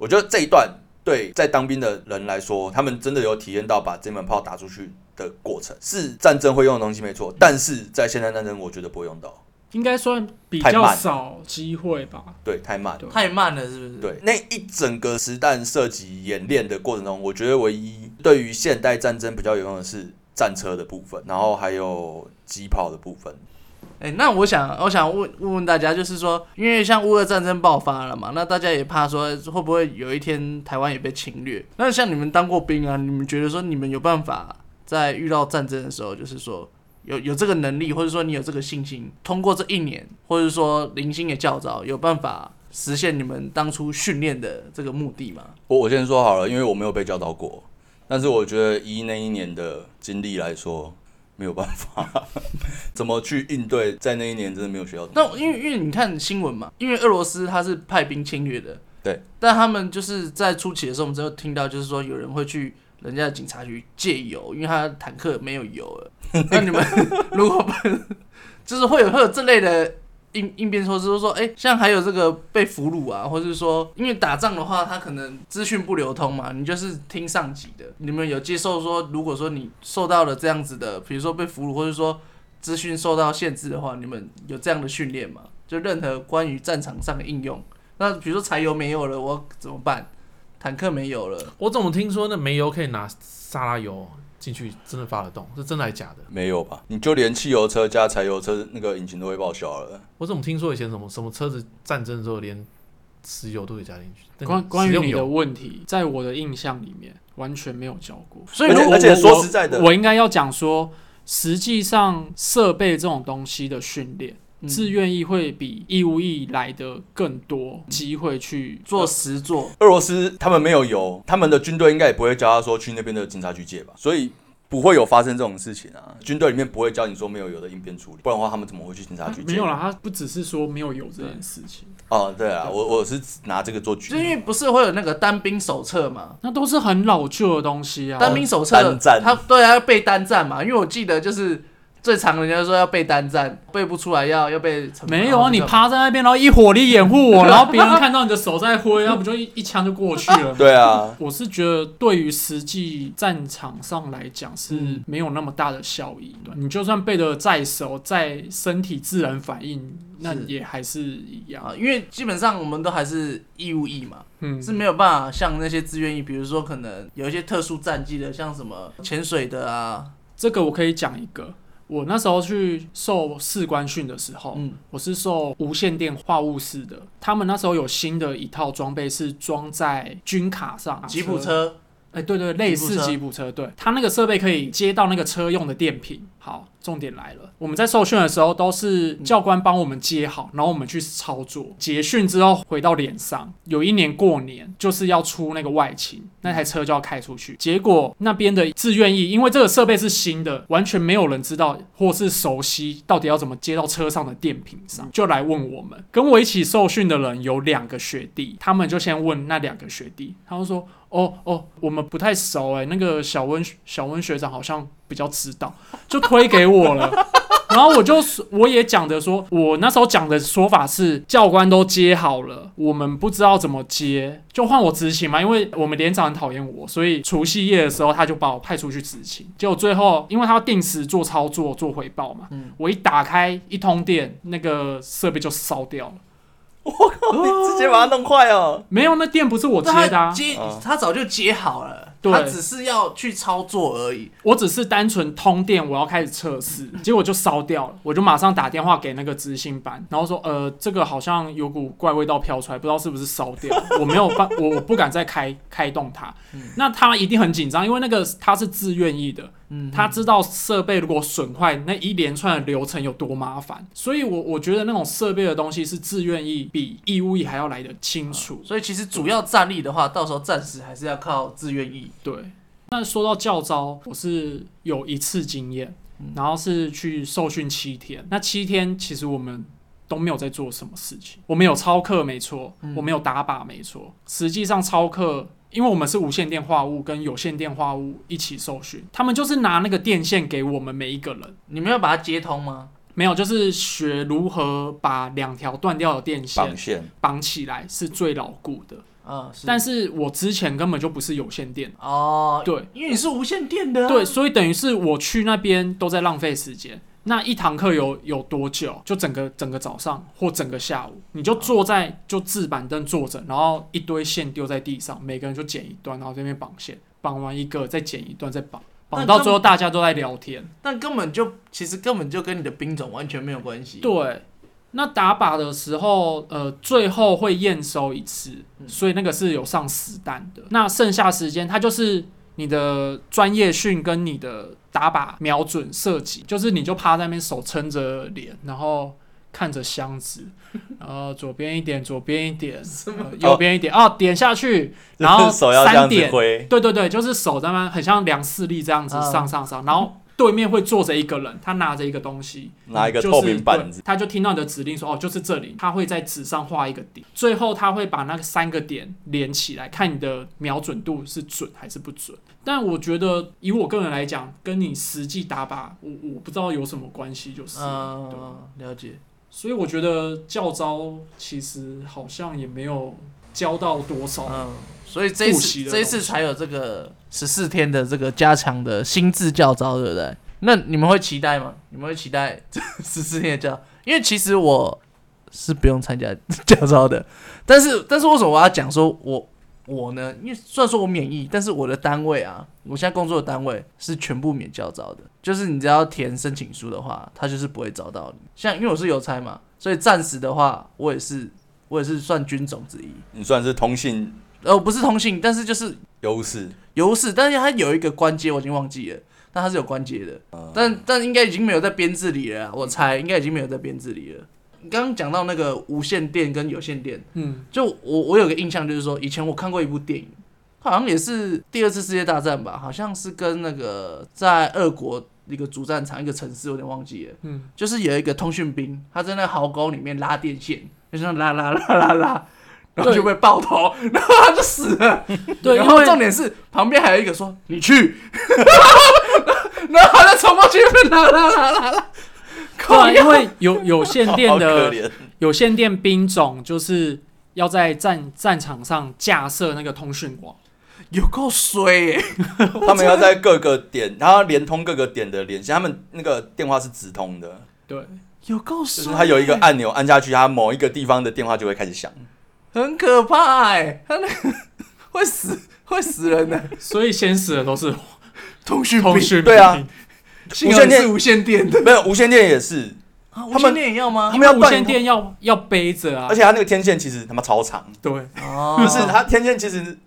我觉得这一段对在当兵的人来说，他们真的有体验到把这门炮打出去的过程，是战争会用的东西没错，但是在现代战争，我觉得不会用到，
应该算比
太
较
慢
少机会吧，
对，太慢了。
对
太慢了，是不是？
对，那一整个实弹射击演练的过程中，我觉得唯一对于现代战争比较有用的是战车的部分，然后还有机炮的部分。
哎、那我想，我想问问问大家，就是说，因为像乌俄战争爆发了嘛，那大家也怕说会不会有一天台湾也被侵略？那像你们当过兵啊，你们觉得说你们有办法在遇到战争的时候，就是说有有这个能力，或者说你有这个信心，通过这一年，或者说零星的教招，有办法实现你们当初训练的这个目的吗？
我我先说好了，因为我没有被教导过，但是我觉得以那一年的经历来说，没有办法， 怎么去应对，在那一年真的没有学到。
那因为因为你看新闻嘛，因为俄罗斯它是派兵侵略的，
对，
但他们就是在初期的时候，我们只有听到就是说有人会去人家的警察局借油，因为他坦克没有油了。那你们 如果不就是会有会有这类的应应变措施，就是说哎、像还有这个被俘虏啊，或者是说因为打仗的话，他可能资讯不流通嘛，你就是听上级的。你们有接受说，如果说你受到了这样子的，比如说被俘虏，或者说资讯受到限制的话，你们有这样的训练吗？就任何关于战场上的应用，那比如说柴油没有了，我怎么办？坦克没有了，
我怎么听说那煤油可以拿沙拉油进去，真的发得动？是真的还是假的？
没有吧？你就连汽油车加柴油车那个引擎都会报销了。
我怎么听说以前什么什么车子战争的时候连石油都给加进去。那个
关关于
食用
你的
油，
问题，在我的印象里面完全没有教过。
所以
而且
如果
而且
我
说实在的，
我应该要讲说，实际上设备这种东西的训练，
嗯
自愿意会比义务役来的更多机会去呃
做实做，
俄罗斯他们没有油，他们的军队应该也不会教他说去那边的警察局借吧，所以不会有发生这种事情啊。军队里面不会教你说没有油的应变处理，不然的话他们怎么会去警察
啊
局借？
没有啦，他不只是说没有有这件事情，
哦，对啊，我我是拿这个做举
就是因
例。
为不是会有那个单兵手册嘛？
那都是很老旧的东西啊。
哦单兵手册
单，战
他对啊要背单战嘛，因为我记得就是最常人家说要背单战，背不出来要要被惩罚
没
然
有
后
啊，
就
你
干嘛
趴在那边，然后一火力掩护 我，然后别人看到你的手在挥，那不就一一枪就过去 了吗？
对啊，
我是觉得对于实际战场上来讲是
嗯
没有那么大的效益。对你就算背得再熟，在身体自然反应，那
是
也还是一样
啊，。因为基本上我们都还是义务役嘛，
嗯，
是没有办法像那些志愿役，比如说可能有一些特殊战绩的，像什么潜水的啊，
这个我可以讲一个。我那时候去受士官训的时候，
嗯，
我是受无线电话务室的。他们那时候有新的一套装备，是装在军卡上，
哦吉普车，
哎，对对，类似
吉
吉普车，对，它那个设备可以接到那个车用的电瓶。好，重点来了，我们在受训的时候都是教官帮我们接好，然后我们去操作。结训之后回到脸上，有一年过年就是要出那个外勤，那台车就要开出去。结果那边的自愿意，因为这个设备是新的，完全没有人知道或是熟悉到底要怎么接到车上的电瓶上，就来问我们。跟我一起受训的人有两个学弟，他们就先问那两个学弟，他们说。哦哦，我们不太熟哎、那个小温小温学长好像比较知道， 就推给我了。 然后我就说我也讲的说，我那时候讲的说法是教官都接好了，我们不知道怎么接，就换我执勤嘛，因为我们连长很讨厌我，所以除夕夜的时候他就把我派出去执勤。结果最后因为他要定时做操作做回报嘛，
嗯
我一打开一通电，那个设备就烧掉了。
你直接把它弄坏哦。
没有，那电不是我接
但
的、啊
他，接
哦
他早就接好了，
对
他只是要去操作而已。
我只是单纯通电，我要开始测 试，结果就烧掉了，我就马上打电话给那个执行班，然后说，呃，这个好像有股怪味道飘出来，不知道是不是烧 掉，我没有办，我我不敢再开开动它。那他一定很紧张，因为那个他是自愿意的，
嗯，
他知道设备如果损坏，那一连串的流程有多麻烦，所以我我觉得那种设备的东西是自愿意比义务役还要来的清楚。
所以其实主要战力的话，到时候暂时还是要靠自愿役。
对，那说到教招，我是有一次经验，然后是去受训七天。那七天其实我们都没有在做什么事情，我们有操课没错，我们有打靶没错。实际上操课，因为我们是无线电话物跟有线电话物一起受训，他们就是拿那个电线给我们每一个人。
你们要把它接通吗？
没有，就是学如何把两条断掉的电线
绑线，
绑起来是最牢固的。
啊，是
但是我之前根本就不是有线电，
哦，
对，
因为你是无线电的啊、
对，所以等于是我去那边都在浪费时间。那一堂课有有多久？就整个整个早上或整个下午，你就坐在就置板凳坐着，然后一堆线丢在地上，每个人就剪一段，然后这边绑线，绑完一个再剪一段再绑，绑
那
到
这
最后
么
大家都在聊天。
但根本就其实根本就跟你的兵种完全没有关系。
对，那打靶的时候，呃，最后会验收一次，
嗯
所以那个是有上实弹的。那剩下时间，它就是你的专业训跟你的打靶瞄准射击，就是你就趴在那边手撑着脸，然后。看着箱子，然后左边一点，左边一点，呃右边一点，哦，点下去，然 后
手要这样
三
子
点，
挥，
对对对，就是手在那很像量视力这样子
嗯
上上上，然后对面会坐着一个人，他拿着一个东西，
拿一个
嗯就是
透明板子
对，他就听到你的指令说哦，就是这里，他会在纸上画一个点，最后他会把那个三个点连起来，看你的瞄准度是准还是不准。但我觉得以我个人来讲，跟你实际打靶，我我不知道有什么关系，就是、对。
嗯，了解。
所以我觉得教招其实好像也没有教到多少。
嗯，所以这一
复习
次
的
这一次才有这个十四天的这个加强的心智教招，对不对？那你们会期待吗？你们会期待 十四天的教？因为其实我是不用参加教招的，但是但是为什么我要讲说我我呢？因为虽然说我免疫，但是我的单位啊，我现在工作的单位是全部免教招的，就是你只要填申请书的话，他就是不会找到你。像因为我是邮差嘛，所以暂时的话，我也是我也是算军种之一。
你算是通信
呃，我不是通信，但是就是
优势，
有是，但是它有一个关节，我已经忘记了，但它是有关节的，
嗯
但但应该已经没有在编制里了啊，我猜应该已经没有在编制里了。你刚刚讲到那个无线电跟有线电，
嗯，
就我我有个印象就是说，以前我看过一部电影，好像也是第二次世界大战吧，好像是跟那个在俄国一个主战场一个城市，有点忘记了，
嗯，
就是有一个通讯兵，他在那壕沟里面拉电线，就像拉拉拉拉拉，然后就被爆头， 然后他就死了。
对，
然
因
后
为
重点是旁边还有一个说你去， 然后他就冲过去，啦啦啦啦啦，
对啊，因为有有线电
好可
的
怜。
有线电兵种就是要在战战场上架设那个通讯网，
有够衰耶、
他们要在各个点，然后连通各个点的连线，他们那个电话是直 通的，
对，
有够
就
衰、
是它有一个，按钮按下去，它某一个地方的电话就会开始 响。
很可怕哎、他那个 会死会死人的、
所以先死的 都是
通讯
通
兵，
讯兵
对啊，
幸好你是无线电的，
没有无线电也是，
啊、无
们
线电也要吗
他？
因
们要
为无
断
线电要要背着啊，
而且它那个天线其实他妈超长，
对，
哦
不是它天线其实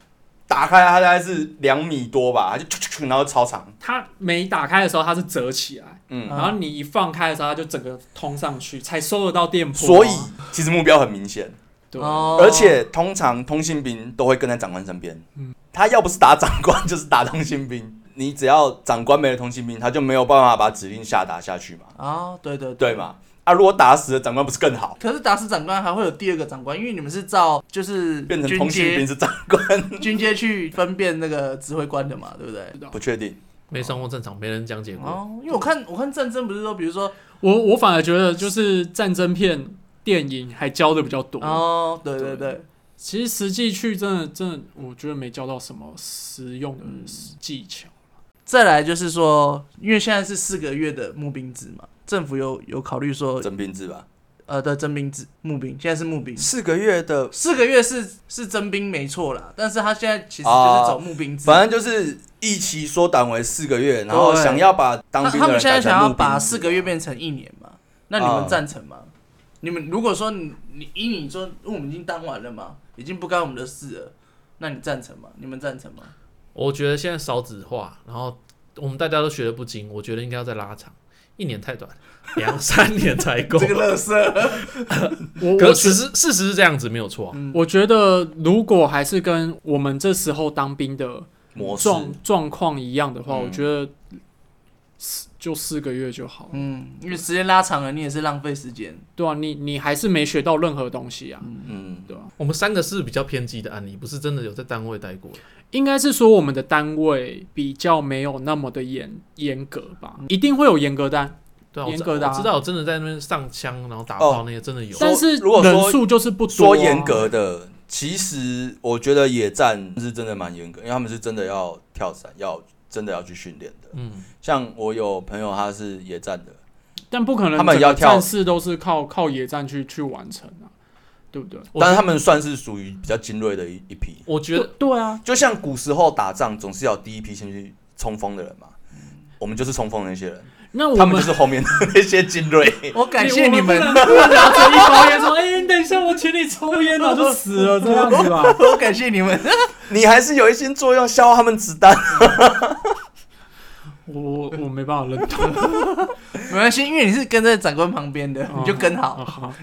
打开它大概是两米多吧，它就啾啾啾然后超长，
它每打开的时候它是折起来，
嗯，
啊
然后你一放开的时候它就整个通上去，才收得到电波啊。
所以其实目标很明显，
对，
哦
而且通常通信兵都会跟在长官身边，
嗯
他要不是打长官， 就是打通信兵。你只要长官没了通信兵，他就没有办法把指令下达下去嘛，
啊，对对
对？嘛？啊，如果打死了长官不是更好？
可是达斯长官还会有第二个长官，因为你们是照就是
变成
军
通信兵
阶
是长官，
军阶去分辨那个指挥官的嘛，对不对？
不确定。
没上过战场，没人讲解过。
哦，因为我看我看战争不是说，比如说
我我反而觉得就是战争片电影还教的比较多，
哦，对对对，
其实实际去真的真的，我觉得没教到什么实用的技巧。
再来就是说，因为现在是四个月的募兵制嘛，政府有有考虑说，
征兵制吧，
呃，的征兵制募兵，现在是募兵，
四个月的，
四个月是是征兵没错啦，但是他现在其实就是
啊
走募兵制，
反正就是一期缩短为四个月，然后
对
想要把当
他
兵
他们
的人
现在
改成
想要
募兵
把
制
四个月变成一年嘛，那你们
啊
赞成吗？你们如果说你你以你说，因为我们已经当完了嘛，已经不干我们的事了，那你赞成吗？你们赞成吗？
我觉得现在少子化，然后我们大家都学的不精，我觉得应该要再拉长，一年太短， 两三年才够。
这个乐色。
我
可
我
是事实事实是这样子，没有错啊、
我觉得如果还是跟我们这时候当兵的
模式，
状状况一样的话，
嗯
我觉得四就四个月就好了。
嗯，因为时间拉长了，你也是浪费时间。
对啊，你你还是没学到任何东西啊。
嗯，
对啊，
我们三个是比较偏激的案例，不是真的有在单位待过的。
应该是说我们的单位比较没有那么的严严格吧，
嗯
一定会有严格单，
对啊，我
严
知
格的啊
我知道，我真的在那边上枪，然后打
哦
炮那些真 的有。
但是
如果说
人数就是不
啊
多、啊
说严，格的，其实我觉得野战是真的蛮严格，因为他们是真的要跳伞，要真的要去训练的。
嗯，
像我有朋友他是野战的，
但不可能
他们
整个
要跳
战事都是靠靠野战去去完成啊，对不对？
我
但是他们算是属于比较精锐的一一批。
我觉得
对啊，
就像古时候打仗，总是要有第一批先去冲锋的人嘛。我们就是冲锋的那些人，
那我
他们就是后面的那些精 锐。
我感谢你
我
们，
不能不能拿着一包烟说：“哎、你等一下，我请你抽烟了，就死了这样子吧。
我感谢你们。
你还是有一些作用，消耗他们子弹。
我”我我没办法认同。
没关系，因为你是跟在长官旁边的，你就跟
哦
好。
好，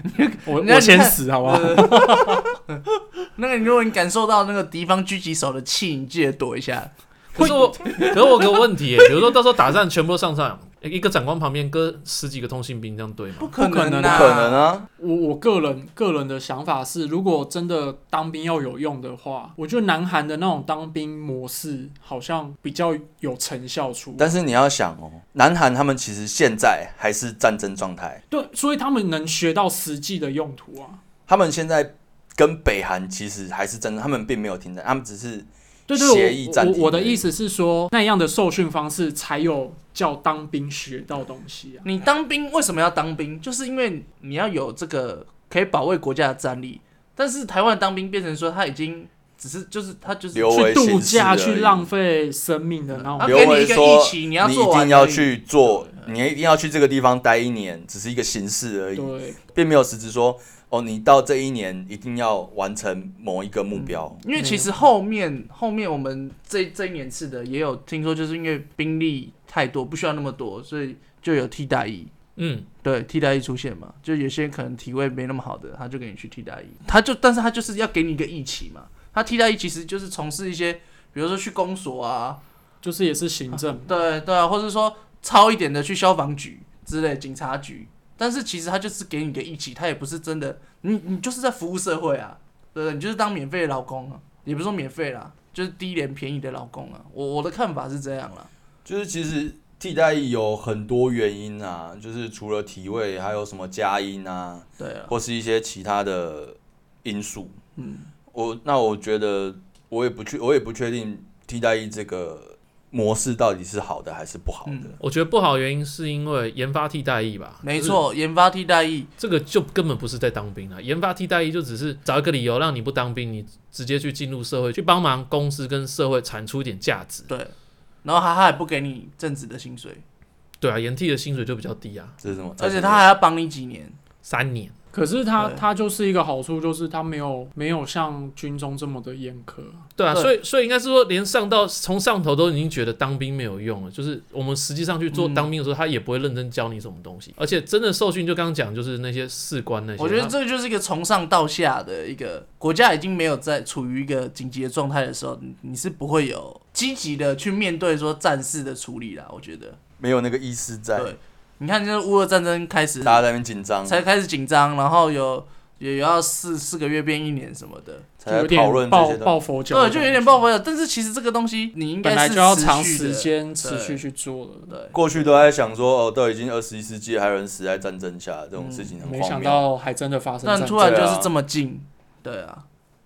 我
你看
我先死好不好？哦
呃 那个，如果你感受到那个敌方狙击手的气，你记得躲一下。
可是我，可是我有个问题耶，比如说到时候打战全部都上战场，一个长官旁边跟十几个通信兵这样对吗？
不可
不可
能
能
啊，
可能啊，
我我个人个人的想法是，如果真的当兵要有用的话，我觉得南韩的那种当兵模式好像比较有成效出。
但是你要想哦，南韩他们其实现在还是战争状态，
对，所以他们能学到实际的用途啊。
他们现在跟北韩其实还是战争，他们并没有停战，他们只是
对
协
对
议
我
暂
我
停
我的
而已
意思是说，那样的受训方式才有叫当兵学到东西啊。
你当兵为什么要当兵？就是因为你要有这个可以保卫国家的战力。但是台湾当兵变成说他已经只是就是他就是
刘
去
维
度
行事
假
而
去
已
浪费生命的那种
他
刘
给你
维
一个
说
疫情，你要做
一
完而
定
已
要去做，你一定要去这个地方待一年，只是一个形式而已，
对，
并没有实质说哦，你到这一年一定要完成某一个目标。
因为其实后面后面我们这这一年次的也有听说，就是因为兵力太多，不需要那么多，所以就有替代役。
嗯，
对，替代役出现嘛，就有些人可能体位没那么好的，他就给你去替代役，他就但是他就是要给你一个义气嘛。他替代役其实就是从事一些，比如说去公所啊，
就是也是行政，
对对啊，或者说超一点的去消防局之类警察局，但是其实他就是给你个义气，他也不是真的，你你就是在服务社会啊，对不对？你就是当免费的劳工啊，也不是说免费啦，就是低廉便宜的劳工啊。我我的看法是这样啦，
就是其实替代役有很多原因啊，就是除了体位，还有什么佳音啊，
对啊，
或是一些其他的因素。嗯，我那我觉得我也不确，我也不确定替代役这个模式到底是好的还是不好的。
嗯
我觉得不好的原因是因为研发替代役吧，
没，错，研发替代役，
这个就根本不是在当兵了。研发替代役就只是找一个理由让你不当兵，你直接去进入社会，去帮忙公司跟社会产出一点价值。
对，然后他他也不给你正职的薪水，
对啊，研替的薪水就比较低啊，
这是什么？
而且他还要绑你几年，
三年。
可是他
对
他就是一个好处，就是他没有没有像军中这么的严苛，
对啊，
对
所以所以应该是说，连上到从上头都已经觉得当兵没有用了。就是我们实际上去做
嗯
当兵的时候，他也不会认真教你什么东西，而且真的受训就刚刚讲，就是那些士官那些，啊
我觉得
他
这就是一个从上到下的一个国家已经没有在处于一个紧急的状态的时候，你你是不会有积极的去面对说战事的处理啦。我觉得，
没有那个意识在，
对，你看，这乌俄战争开始
大家在那边紧张，
才开始紧张，然后有也要四四个月变一年什么的，
就
才在讨
有点
论这
抱
些东西。
抱佛脚
对，
的感觉，
就有点爆发了。但是其实这个东西你应
本
该
来
是
就要
持
长
续
时
的，
间持
对
续去做了。
对，
过去都在想说，哦，都已经二十一世纪了，还有人死在战争下，这种事情很
没
荒
想
谬。
到还真的发生战
但
争，
突然
对
就
啊
是这么近，对啊，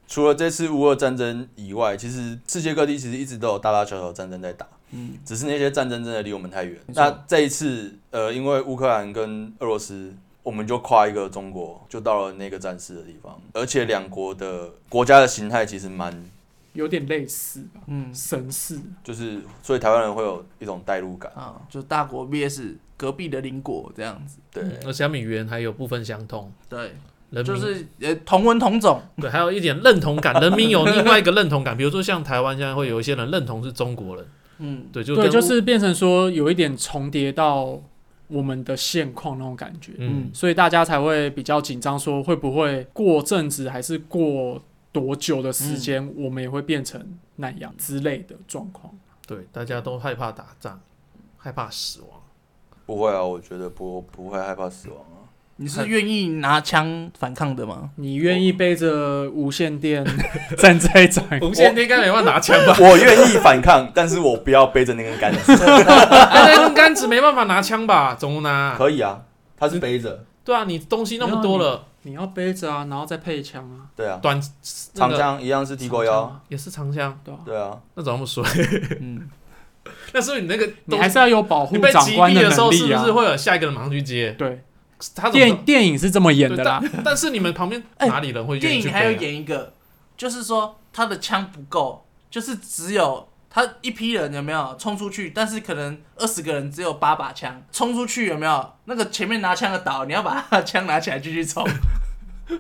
除了这次乌俄战争以外，其实世界各地其实一直都有大大小小的战争在打，
嗯，
只是那些战争真的离我们太远。
没错
那这一次，呃，因为乌克兰跟俄罗斯，我们就跨一个中国，就到了那个战事的地方，而且两国的国家的形态其实蛮，
有点类似吧，
嗯
神似。
就是所以台湾人会有一种代入感，
啊，就大国 VS 隔壁的邻国这样子，
对，
嗯而且他们语言还有部分相通，
对。
人民
就是呃同文同种，
对，还有一点认同感，人民有另外一个认同感，比如说像台湾现在会有一些人认同是中国人，
嗯，
对，就
对，
跟
就是变成说有一点重叠到我们的现况那种感觉，
嗯
嗯，
所以大家才会比较紧张，说会不会过阵子还是过多久的
嗯
时间，我们也会变成那样之类的状况。
对，大家都害怕打仗，害怕死 亡，
不会啊，我觉得不不会害怕死亡啊，
你是愿意拿枪反抗的吗？
你愿意背着无线电 站在场？
无线电应该没办法拿枪吧？
我愿意反抗，但是我不要背着那根杆子，
哎那根杆子没办法拿枪吧？ 怎么拿？
可以啊，他是背着，
对啊，你东西那么多了，
你要背着啊，然后再配枪啊，
对啊，
短那
长
个
枪一样是提过
长
腰
枪，啊，
也是长枪，
对啊，
对啊，
那怎么那么衰？
嗯，
那是不是你那个
你
东
还是要有保护
你被
长
击
官
毙的时
能
候，是
力
不
啊
是。会有下一个人马上去接？
对，
他怎么
电电影是这么演
对
的啦，
但但是你们旁边
哎
哪里人会愿
电
意去
影还有
背啊？
演一个，就是说他的枪不够，就是只有他一批人有没有冲出去，但是可能二十个人只有八把枪，冲出去有没有？那个前面拿枪的倒，你要把他的枪拿起来继续 冲，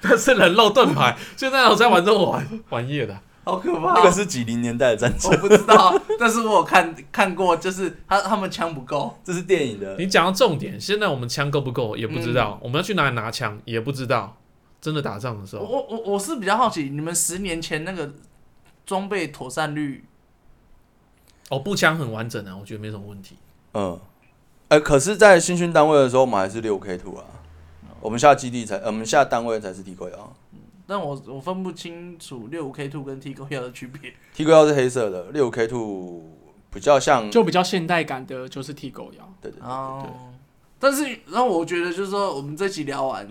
但是人肉盾牌，现在我在玩这种玩玩夜的，
好可怕
那
哦、
个是几零年代的战争，
我不知道， 但是我有看看过，就是他他们枪不够，
这是电影的
你讲到重点，现在我们枪够不够也不知道，我们要去哪里拿枪也不知道。真的打仗的时
我
候，
我我我是比较好奇，你们十年前那个装备妥善率
哦，步枪很完整啊，我觉得没什么问题。
嗯，哎、可是，在新训单位的时候，我们还是六 K two 啊。我们下基地才，呃我们下单位才是 T 龟幺
但我我分不清楚六五 K two 跟 T 勾幺的区别。
，T 龟幺是黑色的，六 K two 比较像，
就比较现代感的，就是剃狗腰。
对对对对对，
哦，但是然后我觉得就是说，我们这期聊完，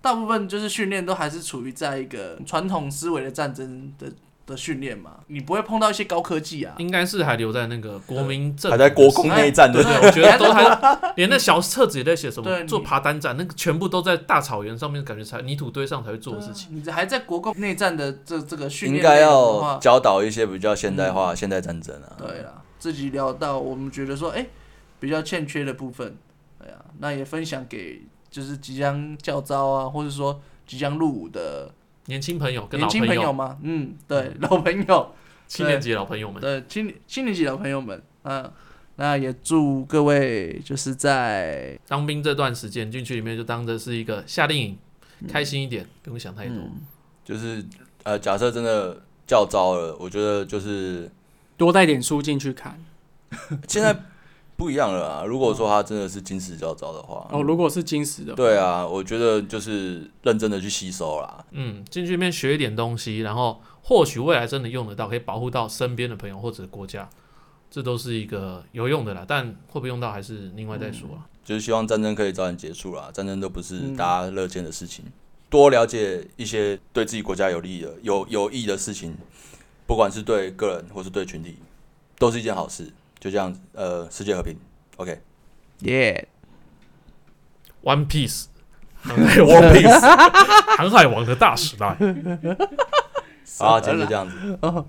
大部分就是训练都还是处于在一个传统思维的战争的的训练嘛，你不会碰到一些高科技啊。
应该是还留在那个国民政府
还
的时候，
在国共内战
对
的
对，我觉得都还 连那小册子也在写什
对
么
你
做爬单站，那个全部都在大草原上面，感觉才泥土堆上才会做的事情。
你还在国共内战的这这个训
应
练
该
内容的
要
话
教导一些比较现代化、现代战争啊。
对啦，自己聊到我们觉得说，哎、比较欠缺的部分，对啊，那也分享给就是即将教招啊，或者说即将入伍的
年轻朋友跟
年
老
轻
朋
朋
友、
吗？嗯，对，老朋友，
七年级的老朋友们，
对，呃青年青年级老朋友们，嗯、那也祝各位就是在
当兵这段时间进去里面就当着是一个夏令营，开心一点，不用想太多。
就是呃，假设真的叫招了，我觉得就是
多带点书进去看。
现在不一样了啊。如果说他真的是金石教招的话，
嗯
哦，如果是金石的，
对啊，我觉得就是认真的去吸收啦。
嗯，进去里面学一点东西，然后或许未来真的用得到，可以保护到身边的朋友或者国家，这都是一个有用的啦。但会不会用到还是另外再说啊了。
就是希望战争可以早点结束啦，战争都不是大家乐见的事情。多了解一些对自己国家有利的、有有益的事情，不管是对个人或是对群体，都是一件好事。就这样子，呃，世界和平。OK，
耶
One Piece，航海王
War Peace。
航海王的大时代。
啊
好，今天就这样子。
哦